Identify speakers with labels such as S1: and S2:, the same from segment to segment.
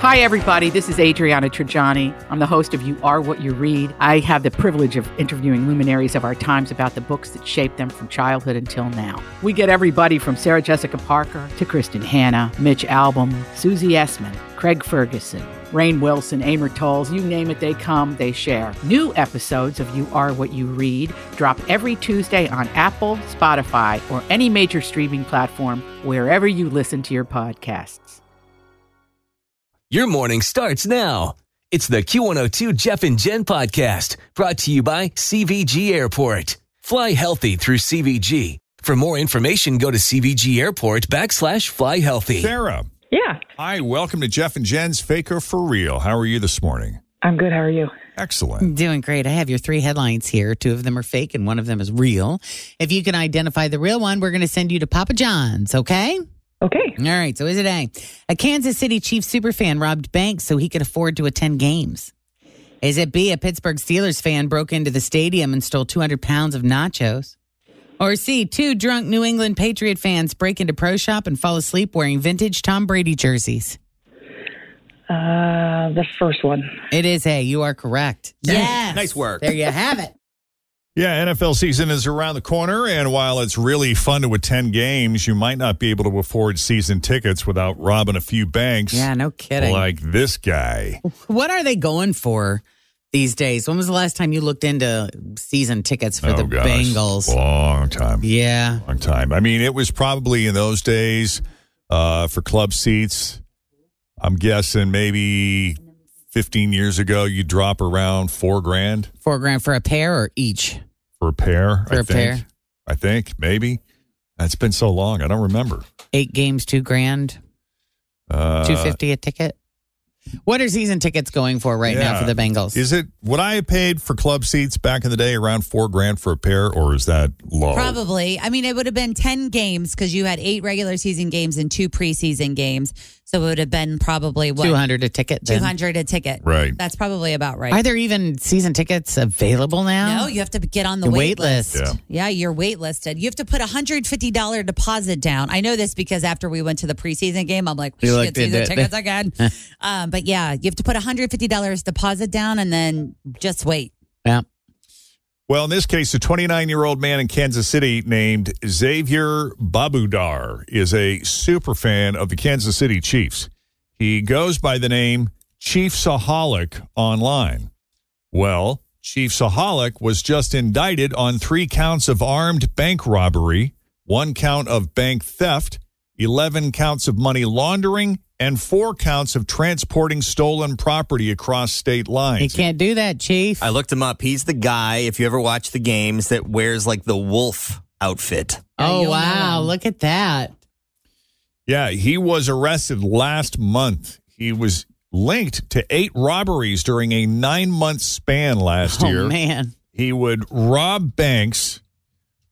S1: Hi, everybody. This is Adriana Trajani. I'm the host of You Are What You Read. I have the privilege of interviewing luminaries of our times about the books that shaped them from childhood until now. We get everybody from Sarah Jessica Parker to Kristen Hanna, Mitch Albom, Susie Essman, Craig Ferguson, Rain Wilson, Amor Tolls, you name it, they come, they share. New episodes of You Are What You Read drop every Tuesday on Apple, Spotify, or any major streaming platform wherever you listen to your podcasts.
S2: Your morning starts now. It's the Q102 Jeff and Jen podcast brought to you by CVG Airport. Fly healthy through CVG. For more information, go to CVG Airport backslash fly healthy.
S3: Sarah.
S4: Yeah,
S3: Hi, welcome to Jeff and Jen's Faker for Real. How are you this morning?
S4: I'm good. How are you?
S3: Excellent.
S5: Doing great. I have your three headlines here. Two of them are fake and one of them is real. If you can identify the real one, we're going to send you to Papa John's, okay?
S4: Okay.
S5: All right. So is it A? A Kansas City Chiefs superfan robbed banks so he could afford to attend games. Is it B? A Pittsburgh Steelers fan broke into the stadium and stole 200 pounds of nachos. Or C? Two drunk New England Patriot fans break into Pro Shop and fall asleep wearing vintage Tom Brady jerseys.
S4: Uh, the first one.
S5: It is A. You are correct. Yes.
S2: Nice work.
S5: There you have it.
S3: Yeah, NFL season is around the corner, and while it's really fun to attend games, you might not be able to afford season tickets without robbing a few banks
S5: Yeah, no kidding.
S3: like this guy.
S5: What are they going for these days? When was the last time you looked into season tickets
S3: Oh,
S5: for the Bengals?
S3: Long time.
S5: yeah.
S3: Long time. I mean, it was probably in those days uh, for club seats. I'm guessing maybe 15 years ago, you drop around four grand
S5: Four grand for a pair or each?
S3: for a pair.
S5: For
S3: I
S5: a
S3: think.
S5: pair.
S3: I think maybe. It's been so long. I don't remember.
S5: Eight games, two grand,
S3: Uh,
S5: two fifty a ticket. What are season tickets going for right now
S3: yeah.
S5: for the Bengals?
S3: Is it what I paid for club seats back in the day? Around four grand for a pair, or is that low?
S6: Probably. I mean, it would have been 10 games because you had eight regular season games and two preseason games. So it would have been probably what?
S5: two hundred a ticket? Then?
S6: 200 a ticket.
S3: Right.
S6: That's probably about right.
S5: Are there even season tickets available now?
S6: no, you have to get on the,
S5: The wait
S6: wait,
S5: list.
S6: Yeah. you're waitlisted. You have to put a $150 deposit down. I know this because after we went to the preseason game, I'm like, we
S5: You
S6: should
S5: looked
S6: get season
S5: into it.
S6: tickets again. um, but yeah, you have to put a $150 deposit down and then just wait.
S5: Yeah.
S3: Well, in this case, a 29 year old man in Kansas City named Xavier Babudar is a super fan of the Kansas City Chiefs. He goes by the name Chiefsaholic online. Well, Chiefsaholic was just indicted on three counts of armed bank robbery, one count of bank theft, 11 counts of money laundering, and four counts of transporting stolen property across state lines.
S5: You can't do that, Chief.
S7: I looked him up. He's the guy, if you ever watch the games, that wears like the wolf outfit.
S6: you'll
S5: oh
S6: know
S5: wow,
S6: him.
S5: look at that.
S3: Yeah, he was arrested last month. He was linked to eight robberies during a nine month span last year.
S5: Oh man.
S3: He would rob banks,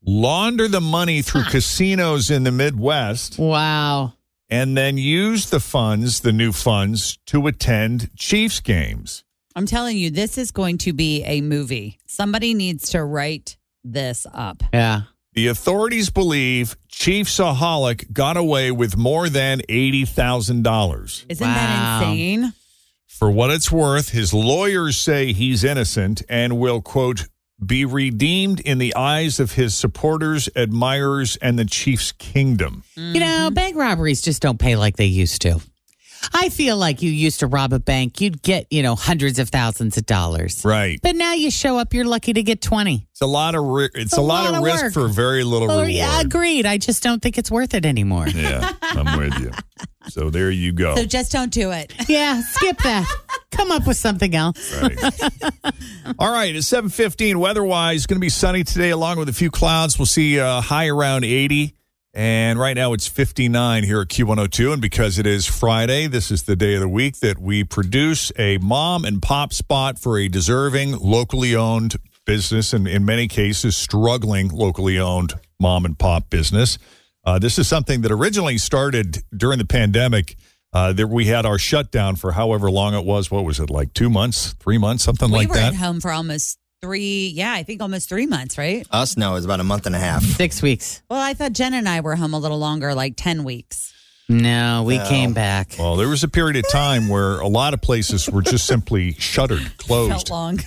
S3: launder the money through casinos in the Midwest,
S5: Wow.
S3: and then use the funds, the new funds, to attend Chiefs games.
S6: I'm telling you, this is going to be a movie. Somebody needs to write this up.
S5: Yeah.
S3: The authorities believe Chiefsaholic got away with more than $80,000.
S6: Isn't
S5: Wow.
S6: that insane?
S3: For what it's worth, his lawyers say he's innocent and will, quote, be redeemed in the eyes of his supporters, admirers, and the Chiefs' kingdom.
S5: You know, bank robberies just don't pay like they used to. I feel like you used to rob a bank, you'd get, you know, hundreds of thousands of dollars.
S3: Right.
S5: But now you show up, you're lucky to get 20.
S3: It's a lot of ri- it's, a, lot, of risk
S5: work.
S3: for very little
S5: Oh,
S3: reward.
S5: yeah, agreed. I just don't think it's worth it anymore.
S3: yeah, I'm with you. So there you go.
S6: So just don't do it.
S5: yeah, skip that. Come up with something else.
S3: Right. All right, it's 7:15 weather-wise, going to be sunny today along with a few clouds. We'll see uh, high around 80 and right now it's 59 here at Q102 and because it is Friday, this is the day of the week that we produce a mom and pop spot for a deserving locally owned business and in many cases struggling locally owned mom and pop business. Uh, this is something that originally started during the pandemic. Uh, that we had our shutdown for however long it was. What was it like? Two months, three months, something
S6: we
S3: like
S6: were
S3: that.
S6: at home for almost three, yeah, I think almost three months, right?
S7: Us, no, it's about a month and a half.
S5: Six weeks.
S6: Well, I thought Jen and I were home a little longer, like 10 weeks.
S5: No, we came back.
S3: Well, there was a period of time where a lot of places were just simply shuttered,
S6: Felt
S3: closed,
S6: long.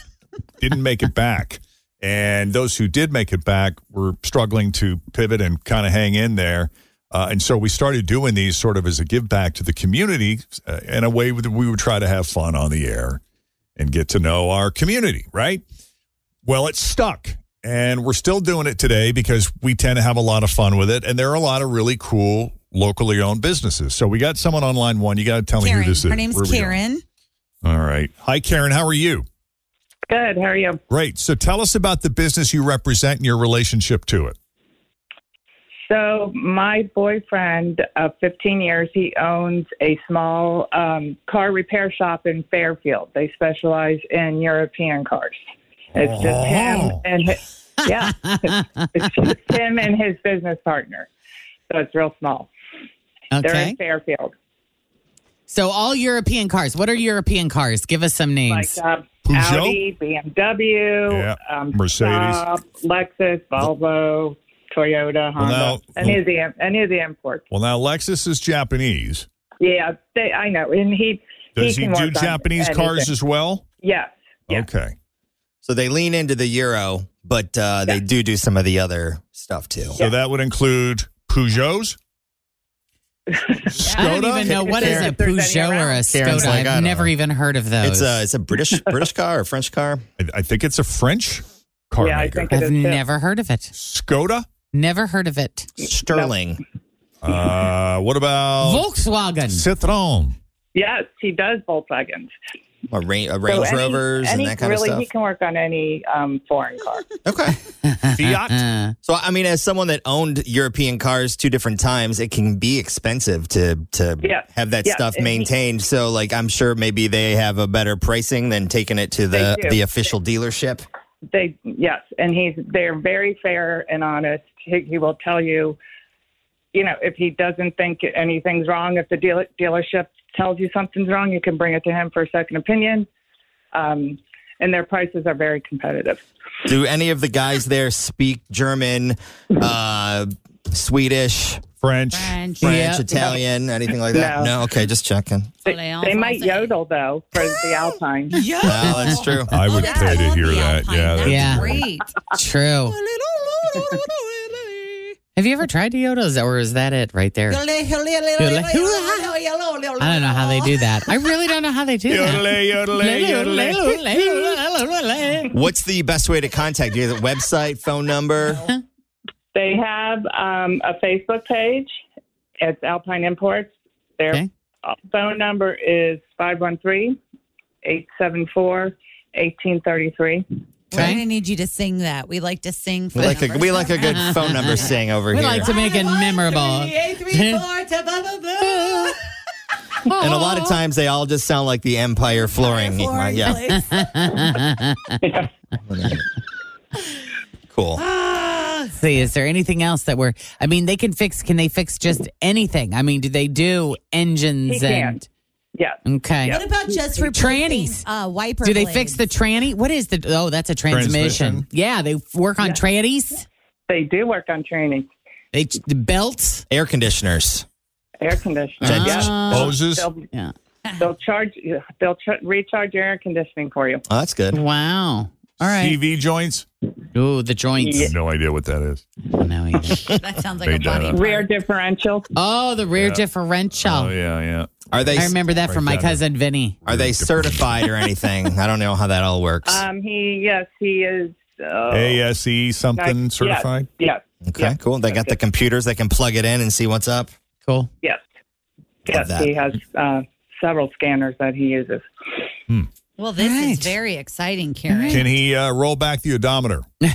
S3: didn't make it back. And those who did make it back were struggling to pivot and kind of hang in there. Uh, and so we started doing these sort of as a give back to the community uh, in a way that we would try to have fun on the air and get to know our community, right? Well, it stuck. And we're still doing it today because we tend to have a lot of fun with it. And there are a lot of really cool locally owned businesses. So we got someone on line one. You got to tell me
S6: Karen.
S3: who this is.
S6: Her name's
S3: Where we going?
S6: Karen.
S3: All right. Hi, Karen. How are you?
S4: Good. How are you?
S3: Great. So tell us about the business you represent and your relationship to it.
S4: So, my boyfriend of 15 years, he owns a small um, car repair shop in Fairfield. They specialize in European cars. It's just him
S3: Oh.
S4: and his, yeah, it's just him and his business partner. So it's real small. They're
S5: Okay.
S4: in Fairfield,
S5: So all European cars. What are European cars? Give us some
S4: like
S5: names.
S4: uh,
S3: Peugeot?
S4: Audi, BMW,
S3: Yeah,
S4: um,
S3: Mercedes.
S4: Saab, Lexus, Volvo, Toyota, Honda,
S3: now-
S4: any of the any of the imports.
S3: Well, now Lexus is Japanese.
S4: Yeah, they, I know. And he
S3: Does he,
S4: can work
S3: do
S4: on
S3: Japanese cars
S4: anything.
S3: as well?
S4: Yes. Yeah.
S3: Okay.
S7: So they lean into the euro, but uh, they do do some of the other stuff too.
S3: So that would include Peugeots, Skoda.
S5: I don't even know what is a
S4: If there's any
S5: Peugeot or a
S4: around.
S7: Karen's
S5: Skoda.
S7: like, I
S5: I've
S7: don't
S5: never
S7: know.
S5: even heard of those.
S7: It's uh, a it's a British British car or French car.
S3: I- I think it's a French car
S4: Yeah, I
S3: maker.
S4: think it-
S5: I've
S4: is, too.
S5: never heard of it.
S3: Skoda.
S5: Never heard of it.
S7: Sterling.
S3: Uh, what about
S5: Volkswagen.
S3: Citroen?
S4: Yes, he does Volkswagens. So
S7: A, ra- a Range
S4: any-
S7: Rovers
S4: any-
S7: and that kind
S4: really,
S7: of
S4: he
S7: stuff.
S4: can work on any um, foreign car.
S7: Okay.
S3: Fiat.
S5: Uh,
S7: So I mean, as someone that owned European cars two different times, it can be expensive to to
S4: Yeah.
S7: have that
S4: Yeah.
S7: stuff
S4: And-
S7: maintained. So like, I'm sure maybe they have a better pricing than taking it to the
S4: They do.
S7: the official dealership.
S4: They yes, and he's they're very fair and honest. He, he will tell you, you know, if he doesn't think anything's wrong, if the dealer, dealership tells you something's wrong, you can bring it to him for a second opinion. Um, and their prices are very competitive.
S7: Do any of the guys there speak German, uh, Swedish,
S3: French.
S6: French.
S7: French,
S5: Yeah.
S7: Italian, anything like that?
S4: No.
S7: No. Okay, just checking.
S4: They,
S6: Ole
S4: they might
S6: Alfonso.
S4: yodel though for the Alpine.
S7: Well, that's true.
S3: I would
S6: Oh,
S3: pay to hear that. Yeah.
S5: Oh, that's Yeah.
S6: great.
S5: true. Have you ever tried Toyotas or is that it right there? I don't know how they do that. I really don't know how they do that.
S3: Yodelay, yodelay, yodelay.
S7: What's the best way to contact you? The website, phone number?
S4: They have um, a Facebook page. It's Alpine Imports. Their
S5: Okay.
S4: phone number is 513-874-1833.
S6: We're gonna need you to sing that. We like to sing.
S7: We
S6: phone
S7: like a
S6: numbers.
S7: we like a good phone number sing over
S5: We
S7: here.
S5: like to make it memorable.
S7: and a lot of times they all just sound like the Empire flooring. yeah. Cool.
S5: See, is there anything else that we're? I mean, they can fix. Can they fix just anything? I mean, do they do engines
S4: He
S5: and?
S4: Yes.
S5: Okay.
S6: What about just for
S5: Trannies.
S6: Uh, wiper.
S5: Do they
S6: blades?
S5: fix the tranny? What is the? Oh, that's a transmission.
S3: Transmission.
S5: Yeah, they work on trannies.
S4: They do work on training.
S5: They the belts.
S7: Air conditioners.
S4: Air conditioning.
S7: Check,
S4: Yes.
S5: Ah.
S3: Hoses.
S4: They'll,
S5: Yeah.
S4: they'll charge they'll ch- recharge your air conditioning for you.
S7: Oh, that's good.
S5: Wow. All right.
S3: TV joints.
S5: Ooh, the joints. Oh,
S3: I have no idea what that is.
S5: No, you don't.
S6: That sounds like
S3: They
S6: a
S3: don't.
S6: body.
S4: Rear
S6: part.
S4: differential.
S5: oh, the rear differential.
S3: Oh, yeah, yeah.
S7: Are they
S5: I remember that from my
S3: Right, got it.
S5: cousin Vinny.
S7: are they certified or anything? I don't know how that all works.
S4: Um, he yes, he is uh,
S3: ASE E something
S4: yes,
S3: certified.
S4: Yes.
S7: okay, cool. They got the computers. They can plug it in and see what's up.
S5: Cool.
S4: Yes. Yes,
S7: that.
S4: he has uh, several scanners that he uses.
S6: Well, this
S5: Right.
S6: is very exciting, Karen.
S3: Can he uh, roll back the odometer? no,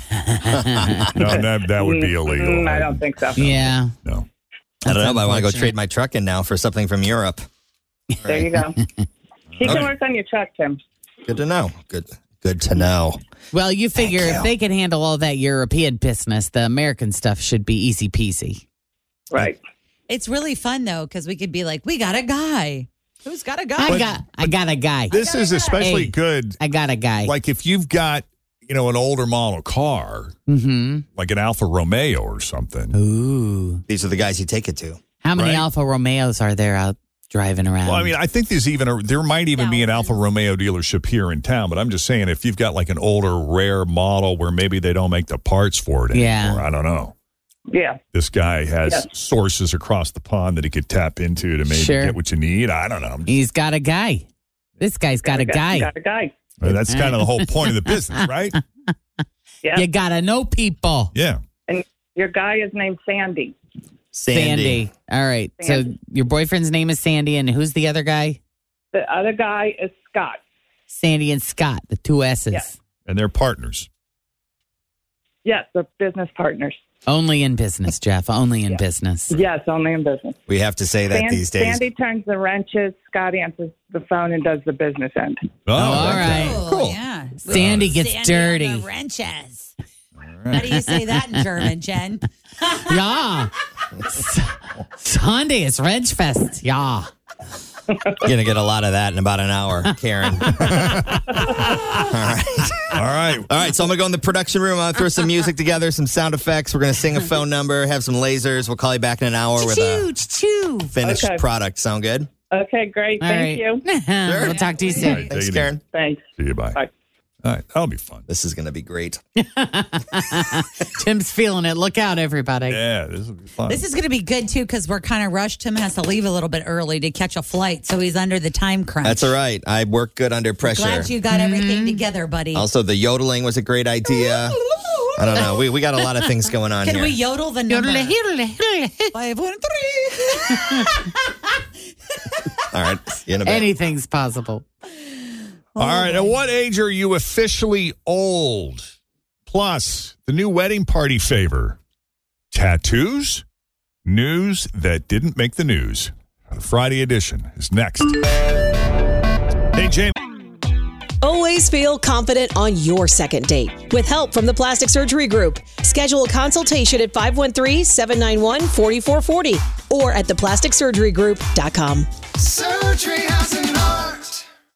S3: that, that would be illegal.
S4: Mm, I don't think so.
S5: Yeah.
S3: No.
S7: I don't know. But I want to go
S5: unfortunate.
S7: trade my truck in now for something from Europe.
S4: There you go. He
S7: Okay.
S4: can work on your truck, Tim.
S7: Good to know. Good. Good to know.
S5: Well, you figure if they can handle all that European business, the American stuff should be easy peasy.
S4: Right.
S6: It's really fun though because we could be like, we got a guy. Who's got a guy?
S5: I got, I got a guy.
S3: This is especially
S5: Hey.
S3: good.
S5: I got a guy.
S3: Like if you've got, you know, an older model car,
S5: mm-hmm.
S3: like an Alfa Romeo or something.
S5: Ooh.
S7: These are the guys you take it to.
S5: How How many
S3: Right.
S5: Alfa Romeos are there out driving around?
S3: Well, I mean, I think there's even a, there might even be an Alfa Romeo dealership here in town, but I'm just saying if you've got like an older rare model where maybe they don't make the parts for it
S5: Yeah.
S3: anymore, I don't know.
S4: Yeah.
S3: This guy has
S4: Yes.
S3: sources across the pond that he could tap into to maybe
S5: Sure.
S3: get what you need. I don't know.
S5: He's got a guy. This guy's got a guy.
S4: Got a guy.
S3: That's kind of the whole point of the business, right?
S4: Yeah.
S5: You gotta know people.
S3: Yeah.
S4: Your guy is named Sandy.
S7: Sandy.
S5: All right. So
S4: Sandy.
S5: your boyfriend's name is Sandy, and who's the other guy?
S4: The other guy is Scott.
S5: Sandy and Scott, the two S's.
S4: Yeah.
S3: And they're partners.
S4: Yes, they're business partners.
S5: Only in business, Jeff. Only in
S4: Yeah.
S5: business.
S4: Yes, only in business.
S7: We have to say that
S4: San-
S7: these days.
S4: Sandy turns the wrenches. Scott answers the phone and does the business end.
S3: Oh,
S5: all
S3: okay.
S5: right.
S6: Oh,
S3: Cool.
S6: Yeah.
S5: Sandy gets dirty.
S6: on the wrenches. How do you say that in German, Jen?
S5: Yeah. S- Sunday is Wrenchfest. Yeah.
S7: Gonna get a lot of that in about an hour, Karen. all right.
S3: All right.
S7: All right, so I'm gonna go in the production room. I'll throw some music together, some sound effects. We're gonna sing a phone number, have some lasers. We'll call you back in an hour with a
S6: Choo choo.
S7: finished
S4: Okay.
S7: product. Sound good?
S4: Okay, great.
S5: All
S4: Thank
S5: right.
S4: you.
S5: We'll talk to you
S3: All
S5: soon.
S3: right,
S7: Thanks,
S3: take it
S7: Karen.
S3: easy.
S4: Thanks.
S3: See you. Bye.
S4: Bye.
S3: All right. That'll be fun.
S7: This is gonna be great.
S5: Tim's feeling it. Look out, everybody.
S3: Yeah, this will be fun.
S6: This is going to be good too because we're kind of rushed. Tim has to leave a little bit early to catch a flight, so he's under the time crunch.
S7: That's all right. I work good under pressure.
S6: Glad you got
S5: Mm-hmm.
S6: everything together, buddy.
S7: Also, the yodeling was a great idea. I don't know. We, we got a lot of things going on
S6: Can
S7: here.
S6: we yodel the number? Five, one, three.
S7: All right. See you in a bit.
S5: Anything's possible.
S3: All right. At what age are you officially old? Plus, the new wedding party favor tattoos, news that didn't make the news. The Friday edition is next. Hey, Jamie.
S8: Always feel confident on your second date. With help from the Plastic Surgery Group, schedule a consultation at 513 791 4440 or at theplasticsurgerygroup.com.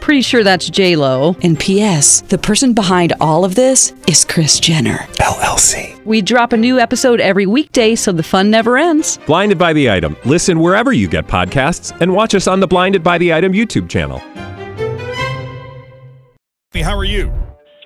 S9: Pretty sure that's J Lo.
S8: And P.S. The person behind all of this is Chris Jenner.
S10: LLC.
S9: We drop a new episode every weekday, so the fun never ends.
S10: Blinded by the item. Listen wherever you get podcasts, and watch us on the Blinded by the Item YouTube channel.
S3: How are you?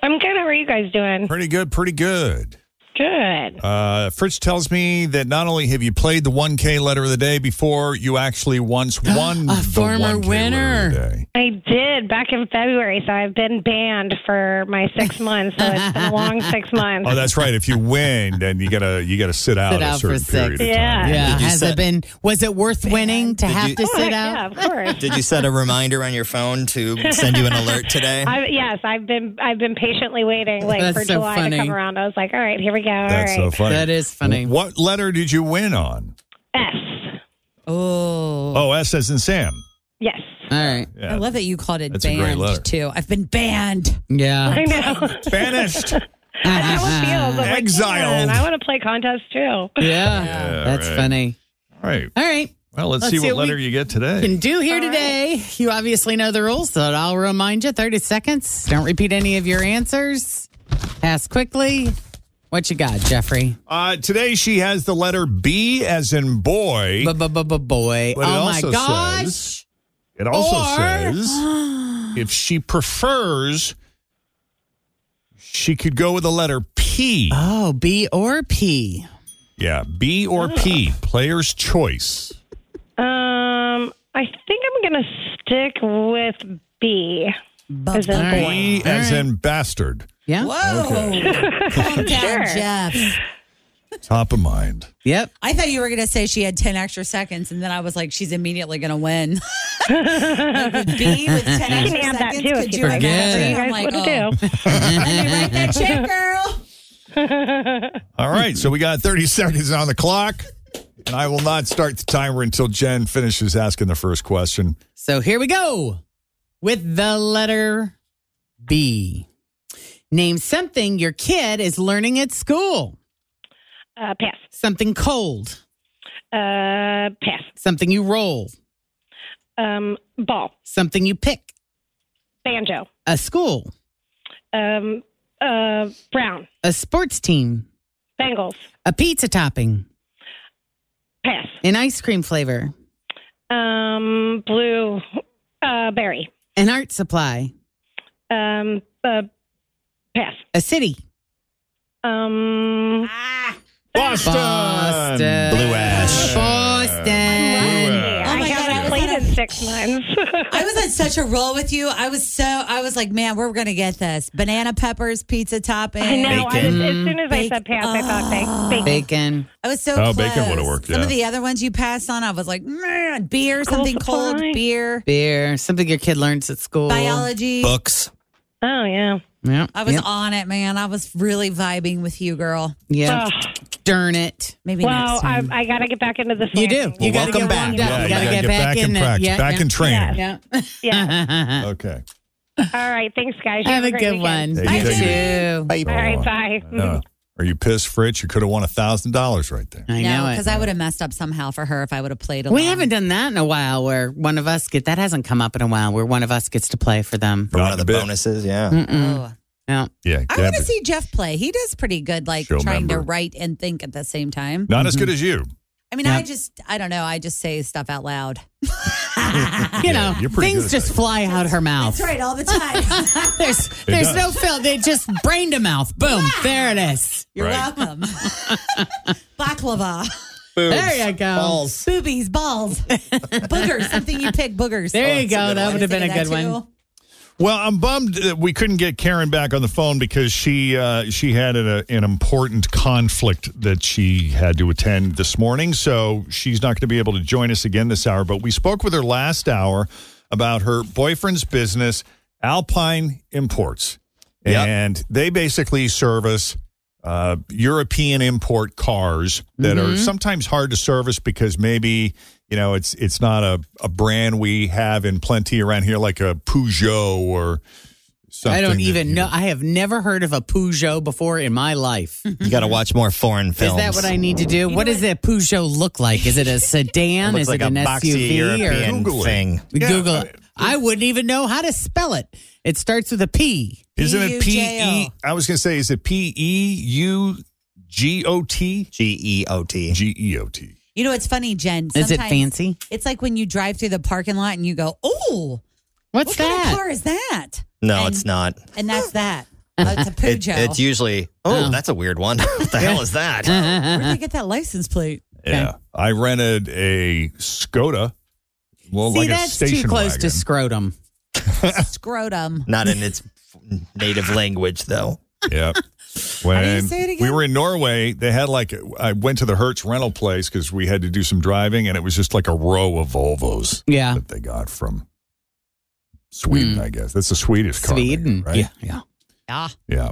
S11: I'm good. How are you guys doing?
S3: Pretty good. Pretty good.
S11: Good.
S3: Uh, Fritz tells me that not only have you played the 1K letter of the day before, you actually once won
S5: A
S3: the
S5: former
S3: 1K letter of the day.
S11: I did back in February, so I've been banned for my six months. So it's been a long six months.
S3: Oh, that's right. If you win, then you gotta you gotta sit out, a
S5: out for
S3: certain
S5: six.
S3: period of
S11: Yeah.
S3: time.
S5: Yeah.
S7: Did you
S5: Has
S7: set-
S5: it been, was it worth winning to
S7: Did
S5: have
S7: you-
S5: to
S11: Oh,
S5: sit
S11: heck,
S5: out?
S11: yeah, of course.
S7: Did you set a reminder on your phone to send you an alert today?
S11: I, yes, I've been I've been patiently waiting like
S5: That's
S11: for
S5: so
S11: July
S5: funny.
S11: to come around. I was like, all right, here we go.
S3: That's
S11: all
S3: so
S11: right,
S3: funny.
S5: That is funny.
S3: What letter did you win on?
S11: S.
S6: Oh,
S3: Oh, S as in Sam.
S11: Yes,
S5: All right.
S6: I love that you called it
S3: That's a great letter.
S6: banned too. I've been banned.
S5: Yeah.
S11: I know.
S3: Banished.
S11: How it feels. I'm like,
S3: Exiled.
S11: "Man, I want to play contests too.
S5: yeah. That's
S3: right.
S5: funny.
S3: All right.
S5: All right.
S3: Well, let's,
S5: Let's
S3: see
S5: see
S3: what
S5: what
S3: letter
S5: we
S3: you get today.
S5: can do here today. You obviously know the rules, so I'll remind you 30 seconds. Don't repeat any of your answers. Pass quickly. What you got, Jeffrey?
S3: Uh, today she has the letter B as in boy.
S5: Boy.
S3: But it
S5: Oh my
S3: also
S5: gosh.
S3: says- It also
S5: Or-
S3: says if she prefers, she could go with the letter P.
S5: Oh, B or P.
S3: Yeah, B or
S5: Oh.
S3: P, player's choice.
S11: Um, I think I'm gonna stick with B. As in
S5: All
S11: boy.
S5: right.
S3: B as in bastard.
S5: Yeah.
S6: Whoa. Calm down,
S11: Sure.
S6: Jeff.
S3: Top of mind.
S5: Yep.
S6: I thought you were going to say she had 10 extra seconds, and then I was like, she's immediately going to win. like with B with 10
S11: You
S6: extra
S11: can add that
S6: seconds,
S11: too
S6: could
S11: if you
S5: like
S11: like that. You guys
S5: that. Forget it.
S6: I'm
S11: what
S6: like,
S11: to do.
S6: oh. Let me write that check, girl.
S3: All right, so we got 30 seconds on the clock, and I will not start the timer until Jen finishes asking the first question.
S5: So here we go with the letter B. Name something your kid is learning at school.
S11: Uh, pass.
S5: Something cold.
S11: Uh, pass.
S5: Something you roll.
S11: Um, ball.
S5: Something you pick.
S11: Banjo.
S5: A school.
S11: Um, uh, brown.
S5: A sports team.
S11: Bengals.
S5: A pizza topping.
S11: Pass.
S5: An ice cream flavor.
S11: Um, blue. Uh, berry.
S5: An art supply.
S11: Um, uh, pass.
S5: A city.
S11: Um,
S3: Boston.
S5: Boston.
S7: Blue Ash.
S5: Boston.
S6: Oh my God, I was
S11: played
S6: on a-
S11: in six months.
S6: I was on such a roll with you. I was so I was like, man, we're gonna get this. Banana peppers, pizza topping.
S11: I know. I was,
S7: Bacon.
S11: as soon as I said pass, I
S6: Mm.
S11: thought bacon. bacon.
S5: Bacon.
S6: I was so
S3: Oh,
S6: close.
S3: bacon would've worked,
S6: Some of
S3: yeah.
S6: the other ones you passed on, I was like, "Mm, beer, something cold,
S11: supply.
S6: beer,
S5: Beer. Something your kid learns at school.
S6: biology.
S7: Books.
S11: Oh yeah.
S5: Yeah.
S6: I was
S5: Yep.
S6: on it, man. I was really vibing with you, girl.
S5: Yeah.
S11: Oh.
S6: Ah.
S5: Darn it.
S6: Maybe
S11: Well,
S6: next
S11: I,
S6: time.
S11: I got to get back into this.
S5: You do.
S11: landing.
S5: You
S7: Well,
S5: gotta
S7: welcome
S5: get
S7: back.
S5: warmed
S7: Yeah,
S5: up.
S3: you
S5: you gotta
S3: gotta
S5: get,
S3: get
S5: back,
S3: back in
S5: the-
S3: practice,
S5: yeah,
S3: back in training.
S5: Yeah.
S11: Yeah.
S3: Okay.
S11: All right. Thanks, guys. You
S5: Have a
S11: great
S5: good
S11: weekend.
S5: one.
S3: Take it
S5: You
S3: easy.
S5: too.
S7: Bye.
S11: All right. Bye.
S3: Uh, are you pissed, Fritz? You could have won a thousand dollars right there.
S5: I know
S6: no,
S5: it.
S6: because I would have messed up somehow for her if I would have played. Along.
S5: We haven't done that in a while where one of us get that hasn't come up in a while where one of us gets to play for them.
S7: For one of
S3: Not a
S7: the
S3: bit.
S7: bonuses, yeah.
S5: Mm-mm.
S6: Oh.
S5: No.
S3: Yeah.
S6: I want to see Jeff play. He does pretty good, like
S3: Show
S6: trying to
S3: member.
S6: write and think at the same time.
S3: Not as good as you.
S6: I mean,
S5: Yeah.
S6: I just, I don't know. I just say stuff out loud.
S5: You
S3: Yeah,
S5: know,
S3: you're pretty good
S5: things
S3: at
S5: just
S3: that.
S5: fly out her mouth.
S6: Ah. That's right, all the time.
S5: There's there's
S3: does.
S5: no fill. They just brain to mouth. Boom. There it is.
S6: You're
S3: Right.
S6: welcome. Baklava,
S7: Boobs.
S5: There you go.
S7: Balls.
S6: boobies, balls, boogers. Something you pick, boogers.
S5: There
S3: Oh,
S5: you go.
S6: I
S5: That would have been
S6: say
S5: a good
S6: that,
S5: one.
S6: too.
S3: Well, I'm bummed that we couldn't get Karen back on the phone because she uh, she had an, an important conflict that she had to attend this morning, so she's not going to be able to join us again this hour. But we spoke with her last hour about her boyfriend's business, Alpine Imports,
S7: Yep.
S3: and they basically service uh, European import cars that are
S5: Mm-hmm.
S3: sometimes hard to service because maybe you know it's it's not a, a brand we have in plenty around here like a Peugeot or something.
S5: I don't
S3: that
S5: even
S3: you-
S5: know. I have never heard of a Peugeot before in my life.
S3: Hmm.
S5: Is
S7: You got to watch more foreign films.
S5: Mm-hmm. that what I need to do? What does a Peugeot look like? Is it a
S7: It
S5: sedan?
S7: looks
S5: Is
S7: like
S5: it
S7: a
S5: an
S7: boxy
S5: SUV? Or
S7: European
S3: Google it.
S7: thing.
S3: Yeah,
S5: Google.
S3: I-
S5: it. I wouldn't even know how to spell it. It starts with a P.
S3: Isn't it P E?
S6: P-U-J-O.
S3: I was going to say, is it P E U G O T?
S7: G E O T.
S3: G E O T.
S6: You know, it's funny, Jen.
S5: Is it
S6: sometimes
S5: fancy?
S6: It's like when you drive through the parking lot and you go, "Oh,
S5: What's
S6: what
S5: that?
S6: kind of car is that?"
S7: No,
S6: And-
S7: it's not.
S6: And that's that. Uh, it's a
S7: It,
S5: E
S6: Peugeot.
S7: it's usually, oh, that's a weird one. what the hell is that?
S6: Where did they get that license plate?
S3: Yeah. I rented a Skoda. Well,
S5: See,
S3: like a
S5: that's
S3: station
S5: too close
S3: wagon.
S5: to scrotum.
S6: Scrotum.
S7: Not in its native language, though.
S3: Yeah. When
S6: say it again?
S3: we were in Norway, they had like I went to the Hertz rental place because we had to do some driving, and it was just like a row of Volvos
S5: Yeah. Hmm.
S3: that they got from Sweden. I guess that's the Swedish car, maker,
S5: Sweden.
S3: right?
S5: Yeah. Yeah.
S6: Yeah.
S3: Yeah.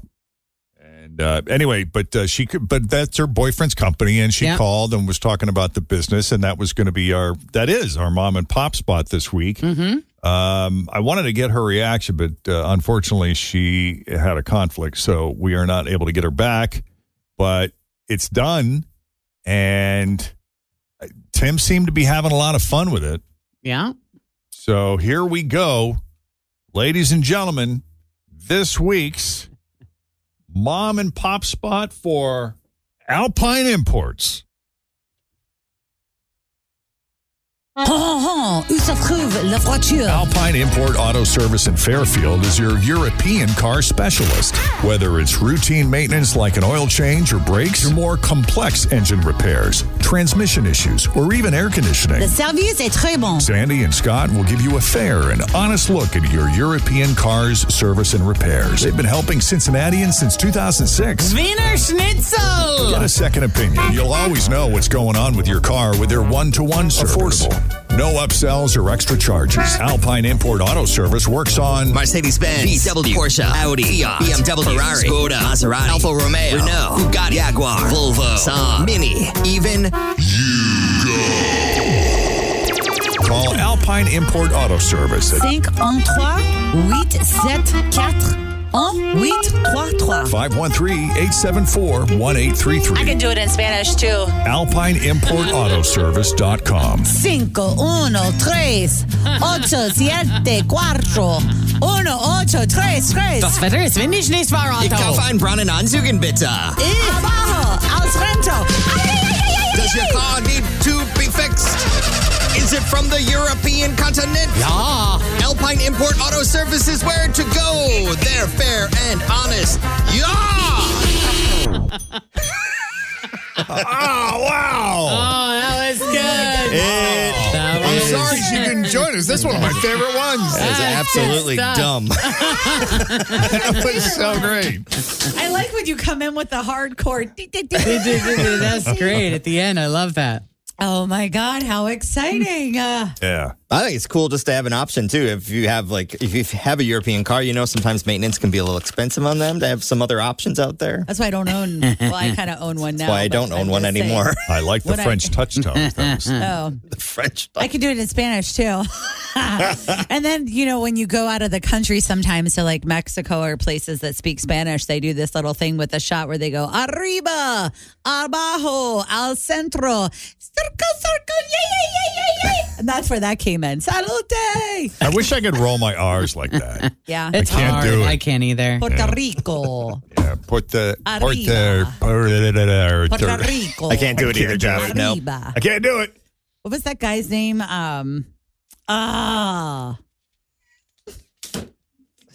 S3: And uh, anyway, but uh, she could, but that's her boyfriend's company, and she
S5: Yeah.
S3: called and was talking about the business, and that was going to be our that is our mom and pop spot this week.
S5: Mm-hmm.
S3: Um, I wanted to get her reaction, but uh, unfortunately, she had a conflict, so we are not able to get her back. But it's done, and uh, Tim seemed to be having a lot of fun with it.
S5: Yeah.
S3: So here we go, ladies and gentlemen. This week's mom and pop spot for Alpine Imports.
S6: Oh, où se trouve la voiture?
S3: Alpine Import Auto Service in Fairfield is your European car specialist. Whether it's routine maintenance like an oil change or brakes, to more complex engine repairs, transmission issues, or even air conditioning.
S6: Le service est très bon.
S3: Sandy and Scott will give you a fair and honest look at your European cars, service, and repairs. They've been helping Cincinnatians since 2006.
S5: Wiener Schnitzel.
S3: Get a second opinion. You'll always know what's going on with your car with their one-to-one service. No upsells or extra charges. Alpine Import Auto Service works on
S7: Mercedes Benz, VW, Porsche, Audi, Fiat, BMW, Ferrari, Skoda, Maserati, Alfa Romeo, Renault, Bugatti, Jaguar, Volvo, Saab, Mini, even
S3: call Alpine Import Auto Service at
S6: 5 1 3 8 7 4
S3: 513-874-1833.
S12: I can do it in Spanish too.
S3: AlpineImportAutoservice.com.
S6: Cinco, uno, tres, ocho, siete, cuatro, uno, ocho, tres, tres.
S5: Das Wetter ist windig, nicht wahr,
S7: Ich kaufe einen braunen Anzug in bitte.
S6: Eh. Abajo, aus Rento.
S7: Does your car need to be fixed? Is it from the European continent?
S5: Yeah.
S7: Alpine Import Auto Service is where to go. They're fair and honest. Yeah.
S3: oh, wow.
S5: Oh, that was good.
S6: Oh.
S5: That
S3: I'm
S5: was-
S3: sorry she couldn't join us. That's one of my favorite ones.
S5: That is That's good absolutely stuff. dumb.
S3: that was so great.
S6: I like when you come in with the hardcore.
S5: That's great. At the end, I love that.
S6: Oh my God, how exciting. Uh,
S3: Yeah.
S7: I think it's cool just to have an option too. If you have like if you have a European car, you know sometimes maintenance can be a little expensive on them to have some other options out there.
S6: that's why I don't own, well, I kind of own one now.
S7: That's why I
S6: but
S7: don't
S6: I'm
S7: own one
S6: just saying.
S7: anymore.
S3: I like the
S6: What I-
S3: French touch-tone things.
S6: Oh,
S7: the French.
S6: I can do it in Spanish too. and then, you know, when you go out of the country sometimes to like Mexico or places that speak Spanish, they do this little thing with a shot where they go arriba, abajo, al centro, circo, circo, yeah, yeah, yeah, yeah, yeah. And that's where that came in. Salute!
S3: I wish I could roll my R's like that.
S6: Yeah.
S5: It's
S3: can't
S5: hard.
S3: do it.
S5: I can't either.
S6: Puerto Rico.
S3: Yeah, put the put
S6: Arriba.
S3: the put
S6: Puerto
S3: the-
S6: Rico.
S7: I can't do it either, Johnny. No.
S6: Arriba.
S3: I can't do it.
S6: What was that guy's name? Um, ah.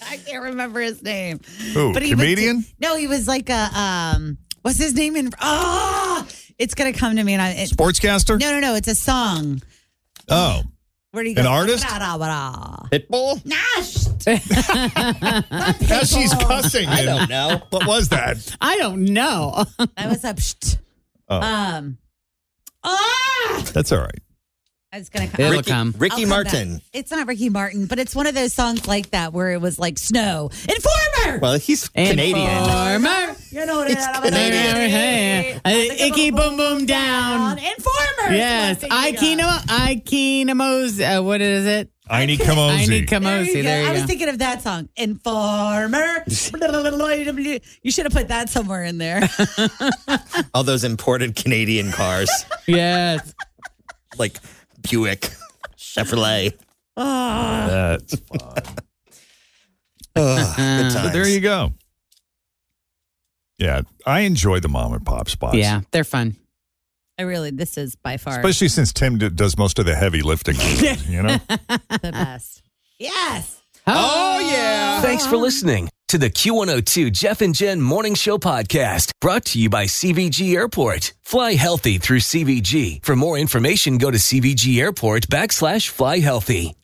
S6: I can't remember his name.
S3: Who,
S6: was-
S3: comedian?
S6: no, he was like a um. What's his name in? Ah, it's gonna come to me. And I, it,
S3: Sportscaster?
S6: no, no, no. It's a song.
S3: Oh.
S6: Where do you
S3: An artist?
S7: Pitbull?
S6: Nash.
S3: Now she's cussing.
S7: I
S3: and-
S7: don't know.
S3: What was that?
S5: I don't know.
S6: I was up. Psht.
S3: Oh.
S6: Um. Ah.
S3: That's all right.
S6: I was gonna.
S5: It'll
S7: Ricky,
S5: come.
S6: I'll
S7: Ricky
S6: come
S7: Martin.
S6: back. It's not Ricky Martin, but it's one of those songs like that where it was like snow. Informer.
S7: Well, he's Canadian.
S5: Informer.
S6: you know what
S7: It's
S6: I'm
S7: Canadian.
S5: Hey, hey, hey. Uh, Icky boom boom down.
S6: Informer.
S5: Yes. Ikinamo. Ikinamos. Uh, what is it?
S3: Einie Kamosi.
S5: Aini Kamosi. There
S6: I
S5: you
S6: was
S5: go.
S6: thinking of that song, Informer. you should have put that somewhere in there.
S7: All those imported Canadian cars
S5: Yes.
S7: like Buick, Chevrolet.
S6: Oh,
S3: That's fun.
S7: Ugh, Uh, good
S5: So
S7: times.
S3: But there you go. Yeah, I enjoy the mom and pop spots.
S5: Yeah, they're fun.
S6: I really, this is by far
S3: Especially since Tim d- does most of the heavy lifting, you know?
S6: the best. Yes.
S5: Oh,
S7: yeah.
S2: Thanks for listening to the Q102 Jeff and Jen Morning Show Podcast, brought to you by CVG Airport. Fly healthy through CVG. For more information, go to CVG Airport backslash fly healthy.